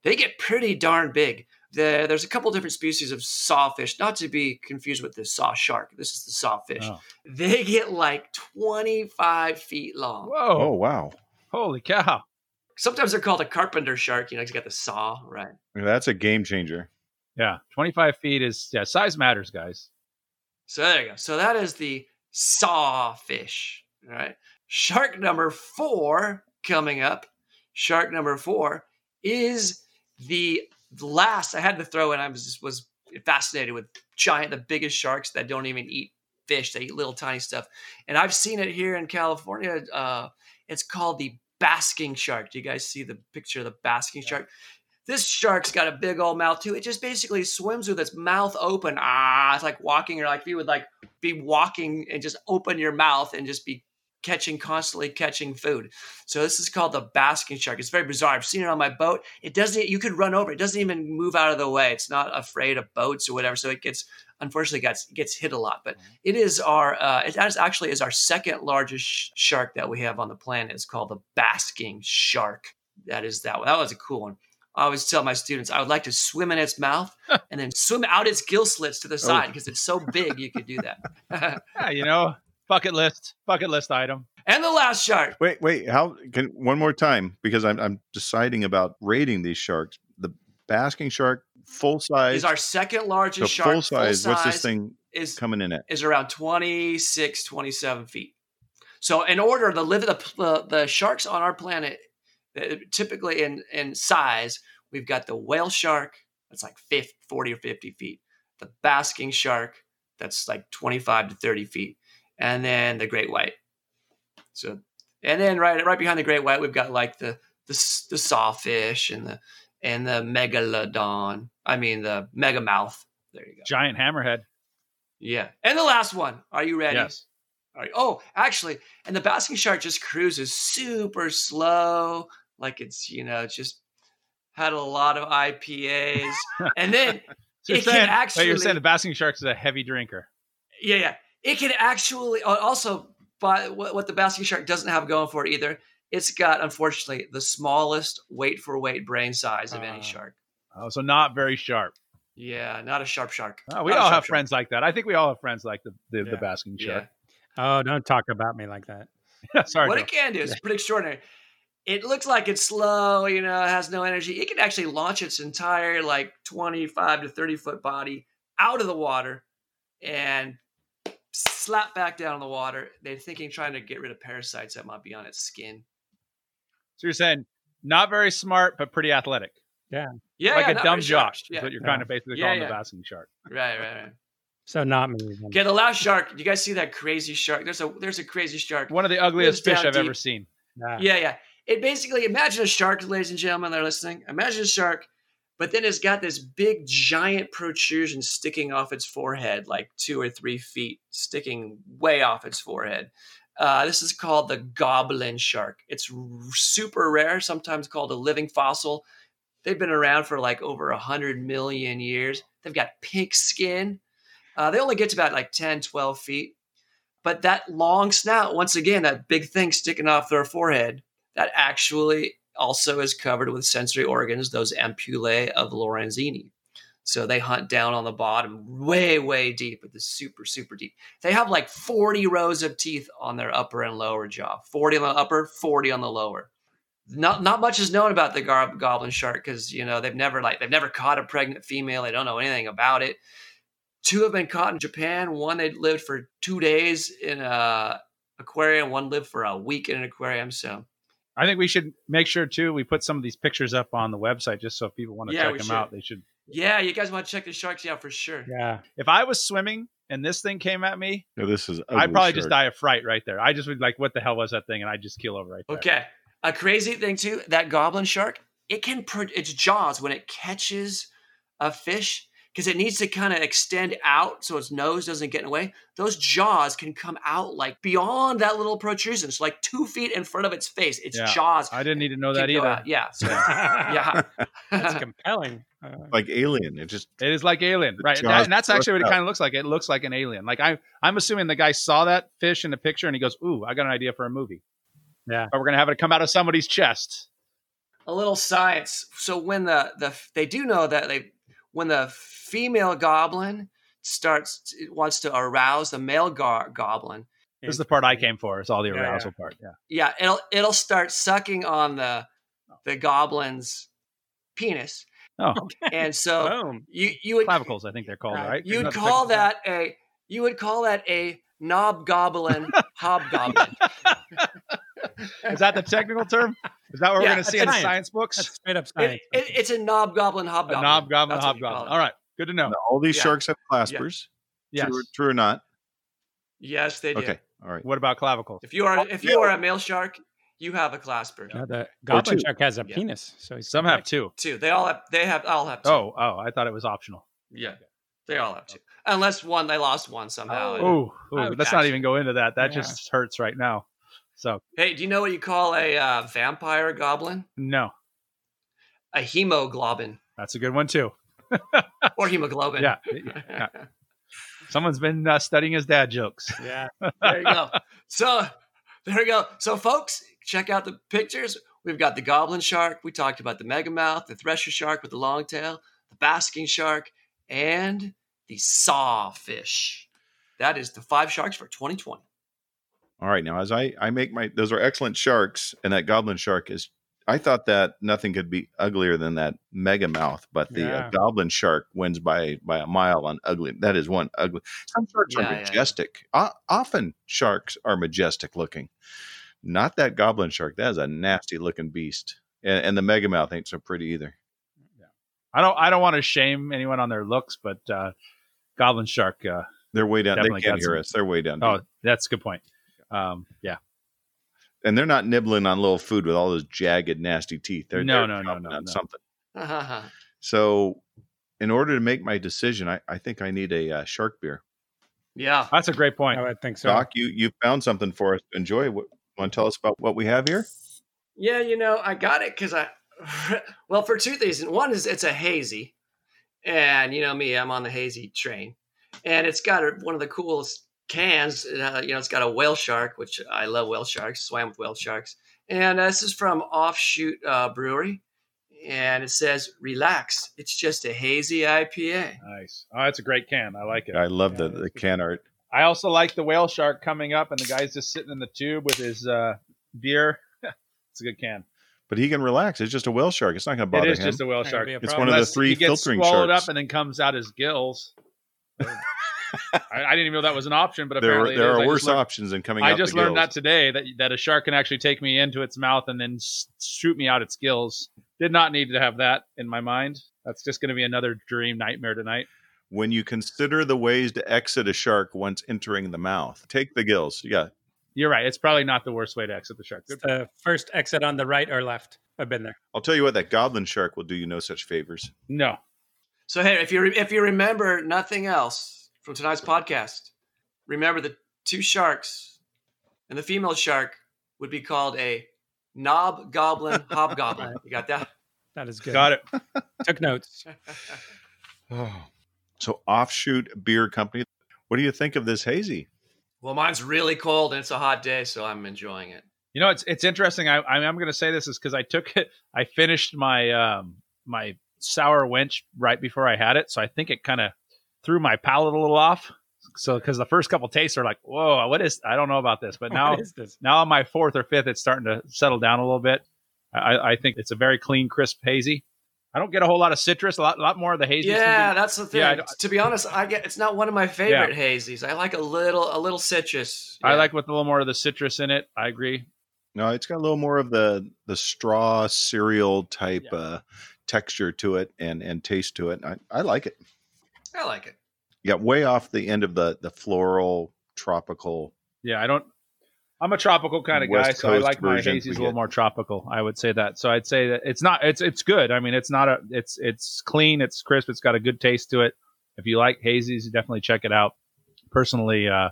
S7: They get pretty darn big. The, there's a couple different species of sawfish, not to be confused with the saw shark. This is the sawfish.
S3: Oh.
S7: They get like 25 feet long.
S2: Oh
S3: Whoa.
S2: wow,
S3: Holy cow.
S7: Sometimes they're called a carpenter shark. You know, 'cause you got the saw, right?
S2: that's a game changer.
S3: Yeah. 25 feet is, yeah, size matters, guys.
S7: So there you go. So that is the sawfish, all right? Shark number four coming up. Shark number four is the last. I had to throw in. I was just was fascinated with giant, the biggest sharks that don't even eat fish. They eat little tiny stuff, and I've seen it here in California. Uh, it's called the basking shark. Do you guys see the picture of the basking shark? This shark's got a big old mouth too. It just basically swims with its mouth open. Ah, it's like walking, or like if you would like be walking and just open your mouth and just be catching constantly catching food. So this is called the basking shark. It's very bizarre. I've seen it on my boat. It doesn't. You could run over. It doesn't even move out of the way. It's not afraid of boats or whatever. So it gets unfortunately gets gets hit a lot. But it is our. Uh, it as- actually is our second largest sh- shark that we have on the planet. It's called the basking shark. That is that one. That was a cool one. I always tell my students I would like to swim in its mouth and then swim out its gill slits to the side because it's so big you could do that. *laughs*
S3: Yeah, you know, bucket list, bucket list item.
S7: and the last shark.
S2: Wait, wait. How can one more time? Because I'm I'm deciding about rating these sharks. The basking shark, full size.
S7: is our second largest
S2: so
S7: shark.
S2: full size. What's this
S7: size
S2: thing
S7: Is
S2: coming in at?
S7: is around 26, 27 feet. So in order, the live the the, the sharks on our planet, uh, typically in in size, we've got the whale shark that's like 50, 40 or fifty feet, the basking shark that's like twenty five to thirty feet, and then the great white. So and then right right behind the great white, we've got like the the s- the sawfish and the and the megalodon. I mean the megamouth. There you go.
S3: Giant hammerhead.
S7: Yeah. And the last one. Are you ready?
S3: Yes.
S7: All right. Oh, actually, and the basking shark just cruises super slow, like it's, you know, it's just had a lot of
S3: *laughs*
S7: IPAs. and then,
S3: So you're saying,
S7: It can
S3: wait, you're
S7: actually-
S3: saying the basking shark is a heavy drinker.
S7: yeah, yeah. It can actually oh, also, but what, what the basking shark doesn't have going for it either, it's got, unfortunately, the smallest weight for weight brain size of
S5: Ah.
S7: any shark.
S3: Oh, so not very sharp.
S7: Yeah, not a sharp shark.
S3: Oh, we
S7: Not a
S3: all
S7: sharp
S3: have
S7: shark.
S3: friends like that. I think we all have friends like the the, the
S5: Yeah.
S3: basking shark.
S5: Oh, don't talk about me like that.
S3: Yeah. *laughs* Sorry.
S7: what
S3: Joe.
S7: it can do is pretty extraordinary. It looks like it's slow, you know, it has no energy. It can actually launch its entire like 25 to 30 foot body out of the water and slap back down in the water. They're thinking trying to get rid of parasites that might be on its skin.
S3: So you're saying not very smart, but pretty athletic,
S7: Yeah,
S3: like
S7: yeah,
S3: a
S7: not
S3: dumb
S7: very
S3: jock.
S7: sharp.
S3: Is
S7: Yeah,
S3: what you're
S5: Yeah.
S3: trying to basically
S7: Yeah,
S3: call the
S7: yeah.
S3: basking shark.
S7: right, right, right.
S5: So not me. then.
S7: Okay, the last shark. You guys see that crazy shark? There's a there's a crazy shark.
S3: One of the ugliest
S7: down
S3: fish I've
S7: deep.
S3: ever seen.
S5: Nah.
S7: Yeah, yeah. It basically imagine a shark, ladies and gentlemen, that are listening. Imagine a shark, but then it's got this big giant protrusion sticking off its forehead, like two or three feet sticking way off its forehead. Uh, this is called the goblin shark. It's r- super rare, sometimes called a living fossil. They've been around for like over 100 million years. They've got pink skin. Uh, they only get to about like 10, 12 feet. But that long snout, once again, that big thing sticking off their forehead, that actually also is covered with sensory organs, those ampullae of Lorenzini. So they hunt down on the bottom way, way deep, but the super, super deep. They have like 40 rows of teeth on their upper and lower jaw 40 on the upper, 40 on the lower. Not, not much is known about the gar- goblin shark because you know they've never like they've never caught a pregnant female. They don't know anything about it. Two have been caught in Japan. One they lived for two days in a aquarium. One lived for a week in an aquarium. So
S3: I think we should make sure too we put some of these pictures up on the website just so if people want to
S7: Yeah,
S3: check
S7: we
S3: them
S7: should.
S3: out, they should.
S7: Yeah, you guys want to check the sharks out for sure.
S5: Yeah.
S3: If I was swimming and this thing came at me,
S2: No, this is.
S3: I'd
S2: ugly
S3: probably just
S2: shark.
S3: die of fright right there. I just would like, what the hell was that thing? And I'd just keel over right there.
S7: Okay. A crazy thing too, that goblin shark, it can pro- its jaws when it catches a fish because it needs to kind of extend out so its nose doesn't get in the way. Those jaws can come out like beyond that little protrusion, so like two feet in front of its face. Its
S3: Yeah.
S7: jaws
S3: I didn't need to know
S7: can
S3: that
S7: go
S3: either.
S7: out. Yeah, so,
S3: *laughs*
S5: yeah.
S7: *laughs* yeah. *laughs*
S5: That's compelling. Uh,
S2: like alien. It just
S3: It is like alien, right?
S2: jaws
S3: That- and that's
S2: thrust
S3: actually what it
S2: out.
S3: kind of looks like. It looks like an alien. Like I, I'm assuming the guy saw that fish in the picture and he goes, "Ooh, I got an idea for a movie."
S5: Yeah.
S3: but we're gonna have it come out of somebody's chest.
S7: a little science. So when the the they do know that they when the female goblin starts it wants to arouse the male go- goblin,
S3: This is the part I came for. It's all the
S5: Yeah,
S3: arousal part. Yeah.
S7: yeah, it'll it'll start sucking on the the goblin's penis.
S3: Oh.
S7: and so
S5: Boom.
S7: you you would
S3: Clavicles, I think they're called,
S5: Right.
S3: right?
S7: you'd
S3: Isn't the
S7: call
S3: technical-
S7: that a you would call that a
S3: *laughs*
S7: knob goblin hobgoblin.
S3: Is that the technical term? Is that what
S7: Yeah,
S3: we're going to see in the
S5: science.
S3: science *laughs*
S5: That's
S3: books?
S5: straight up
S7: It,
S5: science.
S7: it, it's a knob goblin
S3: A
S7: hobgoblin.
S3: knob goblin,
S7: That's what you call
S3: hobgoblin.
S7: it.
S3: All right, good to know.
S2: all these
S7: Yeah.
S2: sharks have claspers.
S3: Yes.
S2: True, true or not?
S7: Yes, they do.
S2: Okay. All right.
S3: What about clavicles?
S7: If you are if you are a male shark, you have a clasper.
S3: *laughs*
S5: No, the goblin
S2: two.
S5: shark has a
S7: Yeah.
S5: penis, so he's
S3: Some have two.
S7: Two. They all have. They have. All have. Two.
S3: Oh, oh, I thought it was optional.
S7: yeah. They all have two. Unless one, they lost one
S3: Oh,
S7: somehow.
S5: I
S3: ooh,
S5: would
S3: let's
S7: actually-
S3: not even go into that. That
S5: Yeah.
S3: just hurts right now. So
S7: Hey, do you know what you call a uh, vampire goblin?
S3: no,
S7: A hemoglobin
S3: that's a good one too.
S7: or hemoglobin. *laughs*
S3: Yeah, yeah. someone's been uh, studying his dad jokes. *laughs*
S5: Yeah.
S7: there you go. So there you go. So folks, check out the pictures. We've got the goblin shark. We talked about the megamouth, the thresher shark with the long tail, the basking shark, and the sawfish. That is the five sharks for 2020.
S2: All right. Now, as I I make my those are excellent sharks, and that goblin shark is. I thought that nothing could be uglier than that mega mouth, but the uh,
S5: Yeah.
S2: goblin shark wins by by a mile on ugly. That is one ugly. Some sharks
S7: Yeah,
S2: are
S7: yeah, yeah.
S2: majestic. O- often sharks are majestic looking. Not that goblin shark. That is a nasty looking beast, and, and the mega mouth ain't so pretty either.
S3: I don't, I don't want to shame anyone on their looks, but uh, Goblin Shark. Uh,
S2: They're way down.
S3: Definitely
S2: they can't
S3: got some-
S2: hear us. They're way down.
S3: oh,
S2: deep.
S3: that's a good point. Um, yeah,
S2: and they're not nibbling on little food with all those jagged, nasty teeth. They're
S3: No,
S2: they're
S3: no, no,
S2: chomping
S3: no,
S2: on
S3: no.
S2: something.
S7: *laughs*
S2: So, in order to make my decision, I, I think I need a uh, shark beer.
S7: yeah.
S3: that's a great point.
S5: I would think so.
S2: Doc, you you found something for us to enjoy. What, want to tell us about what we have here?
S7: Yeah, you know, I got it because I, *laughs* well, for two reasons. One is it's a hazy, and you know me, I'm on the hazy train, and it's got a, one of the coolest cans. Uh, you know, it's got a whale shark, which I love whale sharks. Swam with whale sharks, and uh, this is from Offshoot uh, Brewery, and it says, "Relax, it's just a hazy IPA."
S3: Nice. Oh, that's a great can. I like it.
S2: I love
S3: Yeah,
S2: the, the
S3: that's good.
S2: can art.
S3: I also like the whale shark coming up, and the guy's just sitting in the tube with his uh, beer. *laughs* it's a good can.
S2: But he can relax. It's just a whale shark. It's not going to bother
S3: it is
S2: him.
S3: just a whale
S5: Not gonna
S3: shark.
S5: be a
S2: It's
S5: problem.
S2: one of the
S3: Unless
S2: three
S3: he gets
S2: filtering
S3: swallowed
S2: sharks.
S3: up and then comes out his
S2: *laughs*
S3: gills. I, I didn't even know that was an option, but
S2: there
S3: apparently
S2: are, there
S3: it is.
S2: are
S3: I just
S2: worse
S3: learned-
S2: options than coming
S3: I
S2: out
S3: just
S2: the
S3: learned
S2: gills.
S3: that today that that a shark can actually take me into its mouth and then s- shoot me out its gills. Did not need to have that in my mind. That's just going to be another dream nightmare tonight.
S2: When you consider the ways to exit a shark once entering the mouth, take the gills. Yeah,
S3: You're right. It's probably not the worst way to exit the shark. Good
S5: It's the first exit on the right or left. I've been there.
S2: I'll tell you what, that goblin shark will do you no such
S3: *sighs*
S2: favors.
S3: No.
S7: So hey, if you re- if you remember nothing else from tonight's podcast, remember the two sharks and the female shark would be called a
S3: *laughs*
S7: knob goblin hobgoblin. You got that?
S5: That is good.
S3: Got it.
S7: *laughs*
S5: Took notes.
S2: Oh. So, Offshoot Beer Company, what do you think of this hazy?
S7: Well, mine's really cold and it's a hot day, so I'm enjoying it.
S3: You know, it's it's interesting. I, I I'm going to say this is because I took it. I finished my um my sour wench right before I had it, so I think it kind of threw my palate a little off. So because the first couple tastes are like, whoa, what is? I don't know about this, but now
S5: What is this?
S3: now on my fourth or fifth, it's starting to settle down a little bit. I, I think it's a very clean, crisp hazy. I don't get a whole lot of citrus. A lot, lot more of the haziness.
S7: Yeah, that's the thing.
S3: Yeah, I don't-
S7: to be honest, I get it's not one of my favorite hazies. I like a little a little citrus.
S3: I
S7: Yeah.
S3: like with a little more of the citrus in it. I agree.
S2: No, it's got a little more of the the straw cereal type
S3: Yeah.
S2: uh, texture to it and and taste to it. I, I like it.
S7: I like it.
S2: You got way off the end of the the floral tropical.
S3: Yeah, I don't. I'm a tropical kind of
S2: West
S3: guy, so I
S2: Coast
S3: like my
S2: versions
S3: hazies a
S2: we
S3: little
S2: get.
S3: more tropical. I would say that. So I'd say that it's not. It's it's good. I mean, it's not a. It's it's clean. It's crisp. It's got a good taste to it. If you like hazies, definitely check it out. Personally, uh,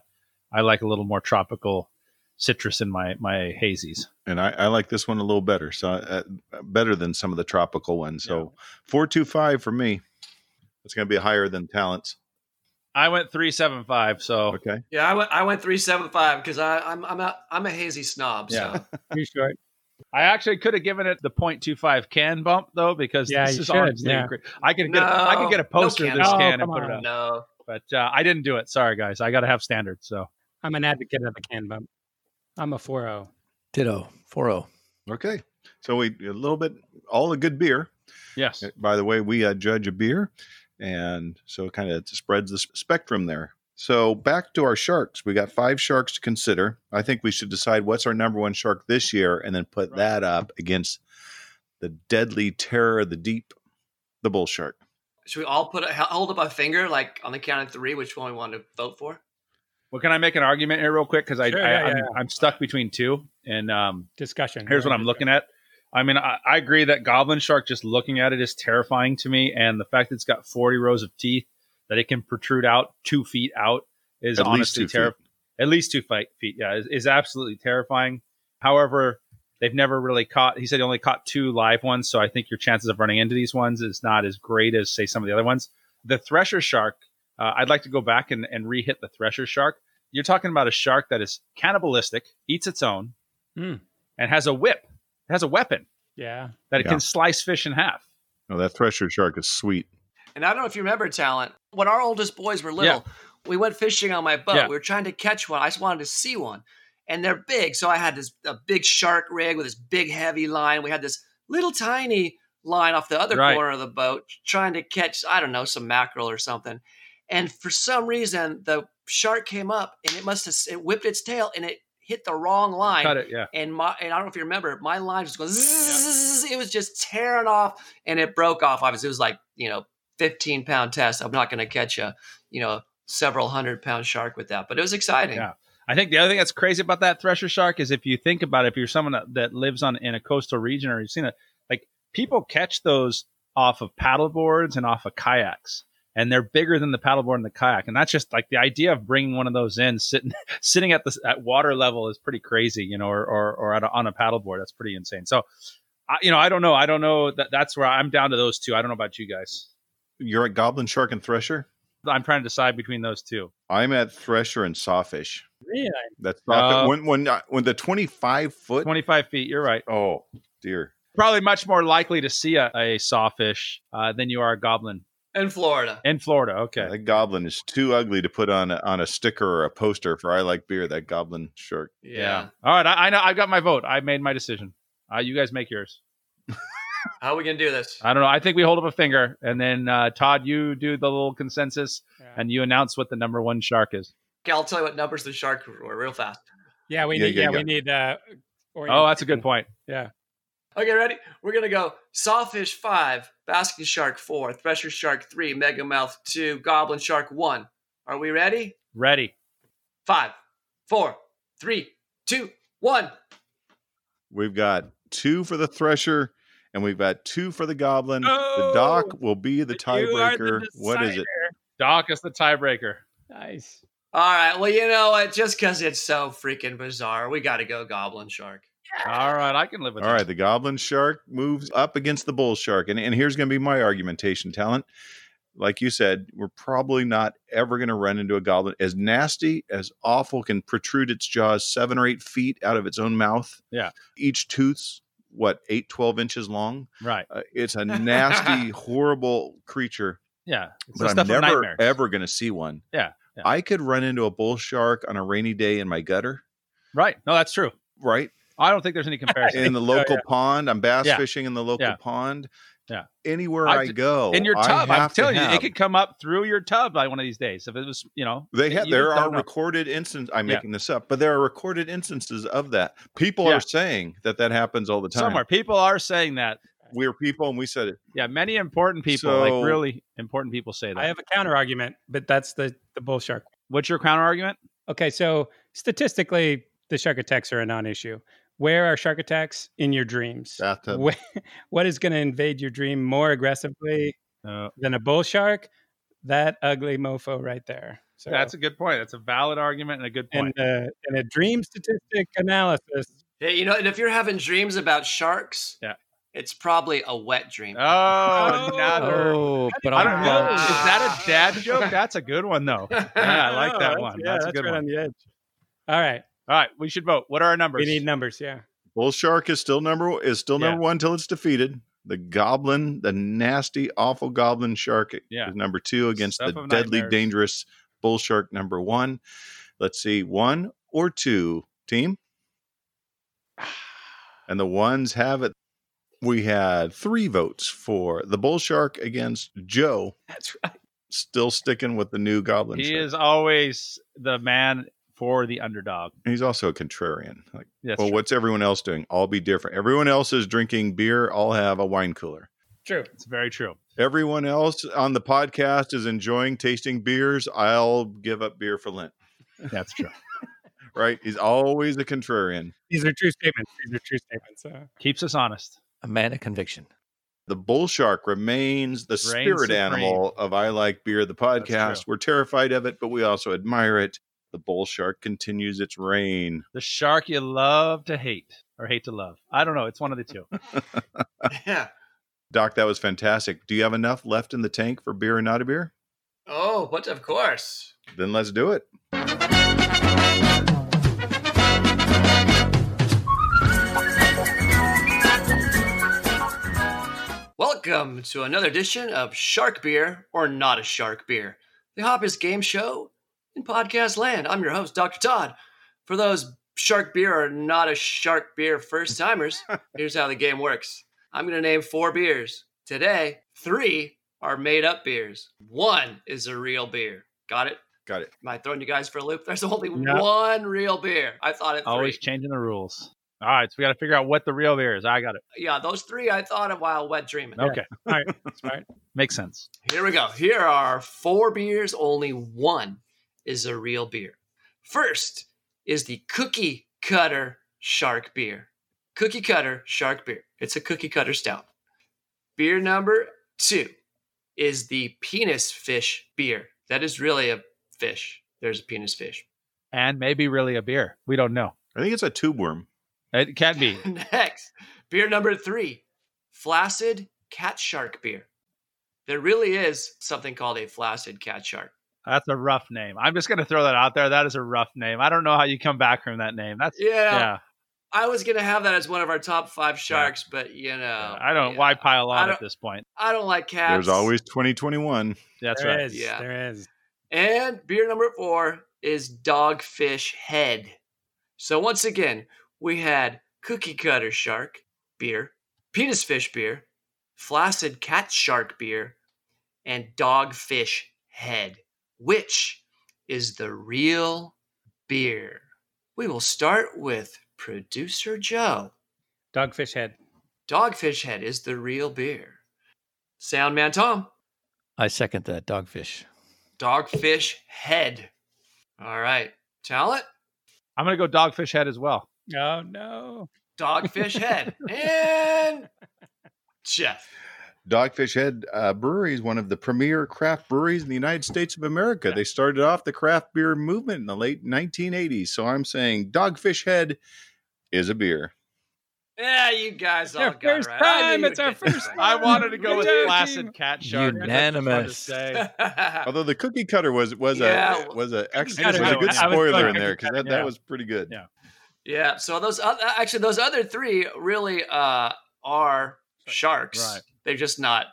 S3: I like a little more tropical citrus in my my hazies.
S2: And I, I like this one a little better. So uh, better than some of the tropical ones. So four two five for me. It's going to be higher than talents.
S3: I went three seven five. So
S2: Okay.
S7: Yeah, I went I went three seven five because I I'm I'm a I'm a hazy snob.
S3: Yeah.
S7: So
S5: Too short.
S3: I actually could have given it the 0.25 can bump though, because
S5: Yeah,
S3: this
S5: you
S3: is
S5: should,
S3: honestly
S5: yeah.
S3: incre- I could get a, I
S7: No,
S3: could get a
S7: no
S3: poster of
S7: can.
S3: this
S5: Oh,
S3: can and
S5: come
S3: put it
S5: on.
S3: up.
S7: no.
S3: But uh, I didn't do it. Sorry guys, I got to have standards. So.
S5: I'm an advocate of the can bump. I'm a oh. 4 0.
S6: Ditto. oh. 4
S2: Okay. So we a little bit all a good beer.
S3: Yes.
S2: By the way, we uh, judge a beer, and so it kind of spreads the s- spectrum there. So back to our sharks. We got five sharks to consider. I think we should decide what's our number one shark this year, and then put
S3: Right.
S2: that up against the deadly terror of the deep, the bull shark.
S7: Should we all put a, hold up a finger like on the count of three, which one we want to vote for?
S3: Well, can I make an argument here real quick? Because I,
S5: Sure,
S3: I
S5: yeah,
S3: I'm,
S5: yeah.
S3: I'm stuck between two, and um,
S5: Discussion.
S3: here's what I'm looking at. I mean, I, I agree that Goblin Shark, just looking at it, is terrifying to me, and the fact that it's got 40 rows of teeth that it can protrude out two feet out is
S2: At least
S3: honestly
S2: two feet.
S3: terrifying. At least two fight feet, yeah, is, is absolutely terrifying. However, they've never really caught. He said he only caught two live ones, so I think your chances of running into these ones is not as great as say some of the other ones. The Thresher Shark, uh, I'd like to go back and, and re-hit the Thresher Shark. You're talking about a shark that is cannibalistic, eats its own,
S5: Hmm.
S3: and has a whip. It has a weapon
S5: Yeah.
S3: that it
S2: Yeah.
S3: can slice fish in half.
S2: Oh, that thresher shark is sweet.
S7: And I don't know if you remember talent. When our oldest boys were little, we went fishing on my boat.
S3: Yeah.
S7: We were trying to catch one. I just wanted to see one, and they're big. So I had this a big shark rig with this big heavy line. We had this little tiny line off the other
S3: Right.
S7: corner of the boat trying to catch I don't know some mackerel or something. And for some reason, the shark came up and it must have it whipped its tail and it hit the wrong line.
S3: Cut it, yeah.
S7: and my and I don't know if you remember, my line was going. zzzz. It was just tearing off, and it broke off. Obviously, it was like you know, fifteen pound test. I'm not going to catch a you know several hundred pound shark with that, but it was exciting.
S3: Yeah. I think the other thing that's crazy about that thresher shark is if you think about it, if you're someone that, that lives on in a coastal region or you've seen it, like people catch those off of paddle boards and off of kayaks. And they're bigger than the paddleboard and the kayak, and that's just like the idea of bringing one of those in, sitting *laughs* sitting at the at water level is pretty crazy, you know, or or, or at a, on a paddleboard, that's pretty insane. So, I, you know, I don't know, I don't know that that's where I'm down to those two. I don't know about you guys.
S2: You're at goblin shark and thresher.
S3: I'm trying to decide between those two.
S2: I'm at thresher and sawfish.
S5: Really?
S2: That's not
S3: Uh,
S2: when when I- when the 25 foot.
S3: 25 feet, you're right.
S2: Oh dear.
S3: Probably much more likely to see a, a sawfish uh, than you are a goblin
S7: In Florida,
S3: in Florida. Okay.
S2: That goblin is too ugly to put on a, on a sticker or a poster for I like beer. That goblin shark.
S7: yeah.
S3: All right. I, I know. I got my vote. I made my decision. Uh, you guys make yours.
S7: How are we going to do this?
S3: I don't know. I think we hold up a finger, and then uh, Todd, you do the little consensus,
S5: Yeah.
S3: and you announce what the number one shark is.
S7: Okay, I'll tell you what numbers the shark were real fast.
S5: yeah, we
S2: Yeah,
S5: need.
S2: yeah,
S5: Yeah,
S2: yeah.
S5: we need. Uh,
S3: Oh, that's a good point.
S7: Okay, ready? We're gonna go sawfish five, basking shark four, thresher shark three, megamouth two, goblin shark one. Are we ready?
S3: Ready.
S7: Five, four, three, two, one.
S2: We've got two for the Thresher, and we've got two for the Goblin. the Doc will be the
S3: Oh, You are the
S2: tiebreaker. What is it?
S3: decider. Doc is the tiebreaker.
S5: Nice.
S7: All right. Well, you know what? Just because it's so freaking bizarre, we got to go Goblin Shark.
S3: All right, I can live with
S2: All
S3: that.
S2: right, the Goblin Shark moves up against the Bull Shark. And, and here's going to be my argumentation, Talent. Like you said, we're probably not ever going to run into a goblin as nasty, as awful, can protrude its jaws seven or eight feet out of its own mouth.
S3: Yeah.
S2: Each tooth's, what, eight, 12 inches long?
S3: Right.
S2: Uh, it's a
S3: *laughs*
S2: nasty, horrible creature.
S3: Yeah. It's
S2: but
S3: the
S2: I'm
S3: stuff of
S2: never
S3: nightmares.
S2: ever going to see one.
S3: Yeah, yeah.
S2: I could run into a bull shark on a rainy day in my gutter,
S3: Right. No, that's true. *laughs*
S2: right?
S3: I don't think there's any comparison. *laughs*
S2: In the local pond, I'm bass
S3: Oh, Yeah.
S2: fishing in the local
S3: Yeah.
S2: pond.
S3: Yeah.
S2: Anywhere
S3: I
S2: I,
S3: d-
S2: go,
S3: in your
S2: I
S3: tub, I'm
S2: have to
S3: telling you,
S2: have-
S3: it could come up through your tub by one of these days. If it was, you know,
S2: They have.
S3: you
S2: There
S3: just don't
S2: are
S3: know.
S2: recorded instances. I'm
S3: Yeah.
S2: making this up, but there are recorded instances of that. People
S3: Yeah.
S2: are saying that that happens all the time.
S3: somewhere. People are saying that.
S2: We're people, and we said it.
S3: Yeah, many important people, like
S2: So-
S3: really important people, say that.
S5: I have a counter argument, but that's the the bull shark.
S3: What's your counter argument?
S5: Okay, so statistically, the shark attacks are a non-issue. Where are shark attacks in your dreams?
S2: Bathtub.
S5: Wh- *laughs* what is going to invade your dream more aggressively
S3: Uh,
S5: than a bull shark? That ugly mofo right there. So
S3: that's a good point. That's a valid argument and a good
S5: and
S3: point.
S5: uh, and a dream statistic analysis.
S7: Yeah, you know, and if you're having dreams about sharks,
S3: Yeah.
S7: it's probably a wet dream.
S3: oh, another.
S6: Oh, but
S3: I don't know.
S7: Ah.
S3: Is that a dad joke? That's a good one though. *laughs* Yeah, I like that
S5: Oh, that's-
S3: one.
S5: Yeah,
S3: that's, a good
S5: right
S3: one.
S5: on the edge. All right,
S3: All right, we should vote. What are our numbers?
S5: we need numbers. Yeah,
S2: Bull shark is still number is still number one until it's defeated. The goblin, the nasty, awful goblin shark
S3: Yeah.
S2: is number two against
S3: Stuff
S2: the
S3: of
S2: deadly,
S3: nightmares.
S2: dangerous bull shark number one. Let's see, one or two team. And the ones have it. We had three votes for the bull shark against Joe.
S7: That's right.
S2: Still sticking with the new goblin
S3: he
S2: shark.
S3: is always the man for the underdog.
S2: He's also a contrarian. Like,
S3: Yes.
S2: well, what's everyone else doing? I'll be different. Everyone else is drinking beer. I'll have a wine cooler.
S5: true.
S3: It's very true.
S2: Everyone else on the podcast is enjoying tasting beers. I'll give up beer for Lent,
S3: That's true.
S2: right? He's always a contrarian.
S5: These are true statements. These are true statements. Uh,
S3: Keeps us honest.
S6: a man of conviction.
S2: The bull shark remains the
S3: Reigns
S2: spirit
S3: supreme.
S2: animal of I Like Beer, the podcast.
S3: true.
S2: We're terrified of it, but we also admire it. The bull shark continues its reign.
S3: The shark you love to hate or hate to love. I don't know. It's one of the two.
S7: *laughs* Yeah.
S2: Doc, that was fantastic. Do you have enough left in the tank for beer and not a beer?
S7: Oh, but of course.
S2: Then let's do it.
S7: Welcome to another edition of Shark Beer or Not a Shark Beer, the hoppiest game show in podcast land. I'm your host, Dr. Todd. For those Shark Beer or Not a Shark Beer first timers, here's how the game works I'm going to name four beers. Today, three are made up beers, one is a real beer. Got it?
S2: Got it.
S7: Am I throwing you guys for a loop? There's only
S5: No.
S7: one real beer. I thought it three.
S3: Always changing the rules. All right, so we got to figure out what the real beer is. I got it.
S7: yeah, those three I thought of while wet dreaming.
S3: Okay,
S5: smart.
S3: *laughs* makes sense.
S7: Here we go. Here are four beers. Only one is a real beer. First is the Cookie Cutter Shark Beer. Cookie Cutter Shark Beer. It's a cookie cutter stout. Beer number two is the Penis Fish Beer. That is really a fish. There's a penis fish.
S3: And maybe really a beer. We don't know.
S2: I think it's a tube worm.
S3: It can be.
S7: Next, beer number three, Flaccid Cat Shark Beer. There really is something called a Flaccid Cat Shark.
S3: That's a rough name. I'm just going to throw that out there. That is a rough name. I don't know how you come back from that name. That's
S7: Yeah.
S3: yeah.
S7: I was gonna have that as one of our top five sharks, but you know,
S3: I don't.
S7: Oh, yeah.
S3: Why pile
S7: I
S3: on at
S7: don't-
S3: this point?
S7: I don't like cats.
S2: There's always 2021.
S3: That's
S5: There
S3: right.
S5: is,
S7: Yeah.
S5: There is.
S7: And beer number four is Dogfish Head. So once again, we had Cookie Cutter Shark beer, Penis Fish beer, Flaccid Cat Shark beer, and Dogfish Head, which is the real beer. We will start with producer Joe.
S5: Dogfish head.
S7: Dogfish Head is the real beer. Sound man Tom.
S6: I second that. *laughs* Dogfish.
S7: Dogfish Head. All right. Talent?
S3: I'm gonna go dogfish head as well.
S5: Oh no.
S7: Dogfish
S5: *laughs*
S7: Head and Jeff.
S2: Dogfish Head uh, Brewery is one of the premier craft breweries in the United States of America. They started off the craft beer movement in the late 1980s. So I'm saying Dogfish Head is a beer.
S7: Yeah, you guys all
S5: our
S7: got
S5: first
S7: right. I knew
S5: time.
S7: you
S5: It's
S7: would
S5: our
S7: get this
S5: first.
S7: right.
S3: I wanted to
S5: Good
S3: go with
S5: job, team.
S3: flasted cat shark. That's just hard to
S6: Unanimous.
S3: say.
S2: Although the cookie cutter was was
S7: Yeah.
S2: a was a actually
S3: Uh, cutter
S2: was a
S3: was-
S2: good
S3: I
S5: was
S2: spoiler
S5: going
S2: in there
S5: cookie
S2: because that,
S3: cutter, yeah.
S2: that was pretty good.
S3: Yeah.
S7: *laughs* yeah. So those other, actually those other three really uh, are sharks.
S3: Right.
S7: They're just not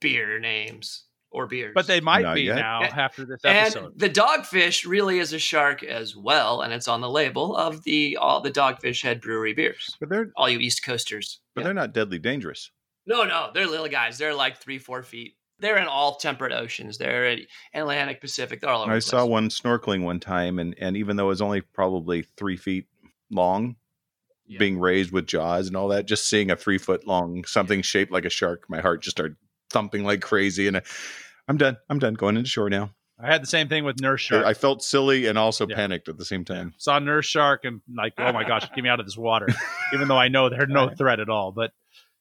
S7: beer names or beers.
S3: But they might
S2: Not
S3: be
S2: yet.
S3: now
S7: And-
S3: after this
S7: and
S3: episode.
S7: the dogfish really is a shark as well, and it's on the label of the all the Dogfish Head Brewery beers.
S2: But they're
S7: All you East Coasters.
S2: but
S7: Yeah.
S2: they're not deadly dangerous.
S7: No, no, they're little guys. They're like three, four feet. They're in all temperate oceans. They're in Atlantic, Pacific. They're all over.
S2: I
S7: the
S2: saw
S7: place.
S2: one snorkeling one time, and and even though it was only probably three feet long,
S7: Yeah.
S2: being raised with jaws and all that, just seeing a three foot long something shaped like a shark, my heart just started thumping like crazy, and I, I'm done. I'm done going into shore now.
S3: I had the same thing with nurse shark.
S2: I felt silly and also
S3: Yeah.
S2: panicked at the same time.
S3: saw nurse shark and like, oh my gosh, get me out of
S2: *laughs*
S3: this water. Even though I know they're no threat at all, but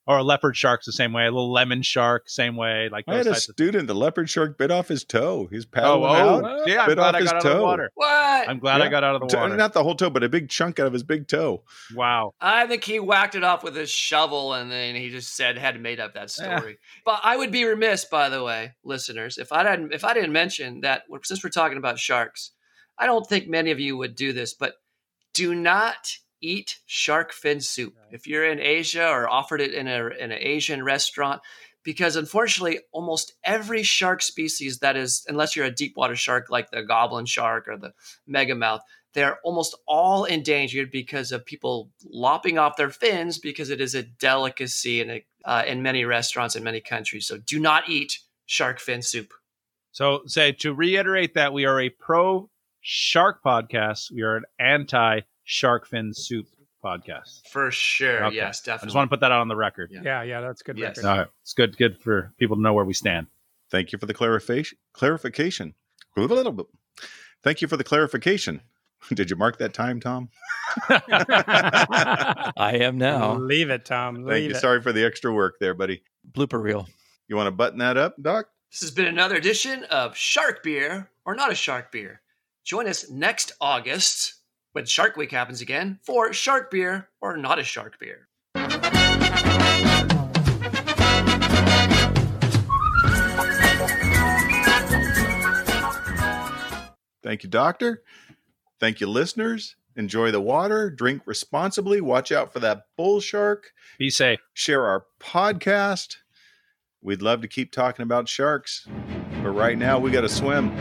S3: or a leopard shark's the same way, a little lemon shark same way, like
S2: I
S3: those
S2: had a
S3: types of.
S2: student. The leopard shark bit off his toe. He's
S3: Oh,
S2: paddling
S3: oh,
S2: out.
S3: yeah! I'm
S2: Bit
S3: glad
S2: off
S3: I
S2: his
S3: got out of the
S2: toe.
S3: water.
S7: What?
S3: I'm glad I
S2: Yeah.
S3: got out of the
S2: T- uh,
S3: water.
S2: Not the whole toe, but a big chunk out of his big toe.
S3: Wow.
S7: I think he whacked it off with his shovel, and then he just said had made up that
S3: Yeah.
S7: story. But I would be remiss, by the way, listeners, if I didn't if I didn't mention that we're- since we're talking about sharks, I don't think many of you would do this, but do not eat shark fin soup if you're in Asia or offered it in a in an Asian restaurant, because unfortunately, almost every shark species that is, unless you're a deep water shark like the goblin shark or the megamouth they're almost all endangered because of people lopping off their fins because it is a delicacy in a, uh, in many restaurants in many countries. So do not eat shark fin soup.
S3: So say to reiterate that we are a pro shark podcast. We are an anti shark fin soup podcast.
S7: For sure.
S3: Okay.
S7: Yes,
S3: I
S7: definitely.
S3: just want to put that out on the record.
S7: Yeah.
S5: Yeah, yeah, that's good.
S7: Yes.
S5: record.
S3: All right, it's good. Good for people to know where we stand.
S2: Thank you for the clarification. Clarification. Move a little bit. Thank you for the clarification. *laughs* Did you mark that time, Tom?
S6: I am now.
S5: Leave it, Tom.
S2: Thank
S5: Leave
S2: you.
S5: it.
S2: Sorry for the extra work there, buddy.
S6: Blooper reel.
S2: You want to button that up, Doc?
S7: This has been another edition of Shark Beer or Not a Shark Beer. Join us next August when Shark Week happens again for Shark Beer or Not a Shark Beer.
S2: Thank you, Doctor. Thank you, listeners. Enjoy the water. Drink responsibly. Watch out for that bull shark.
S3: Be safe.
S2: Share our podcast. We'd love to keep talking about sharks, but right now we got to swim.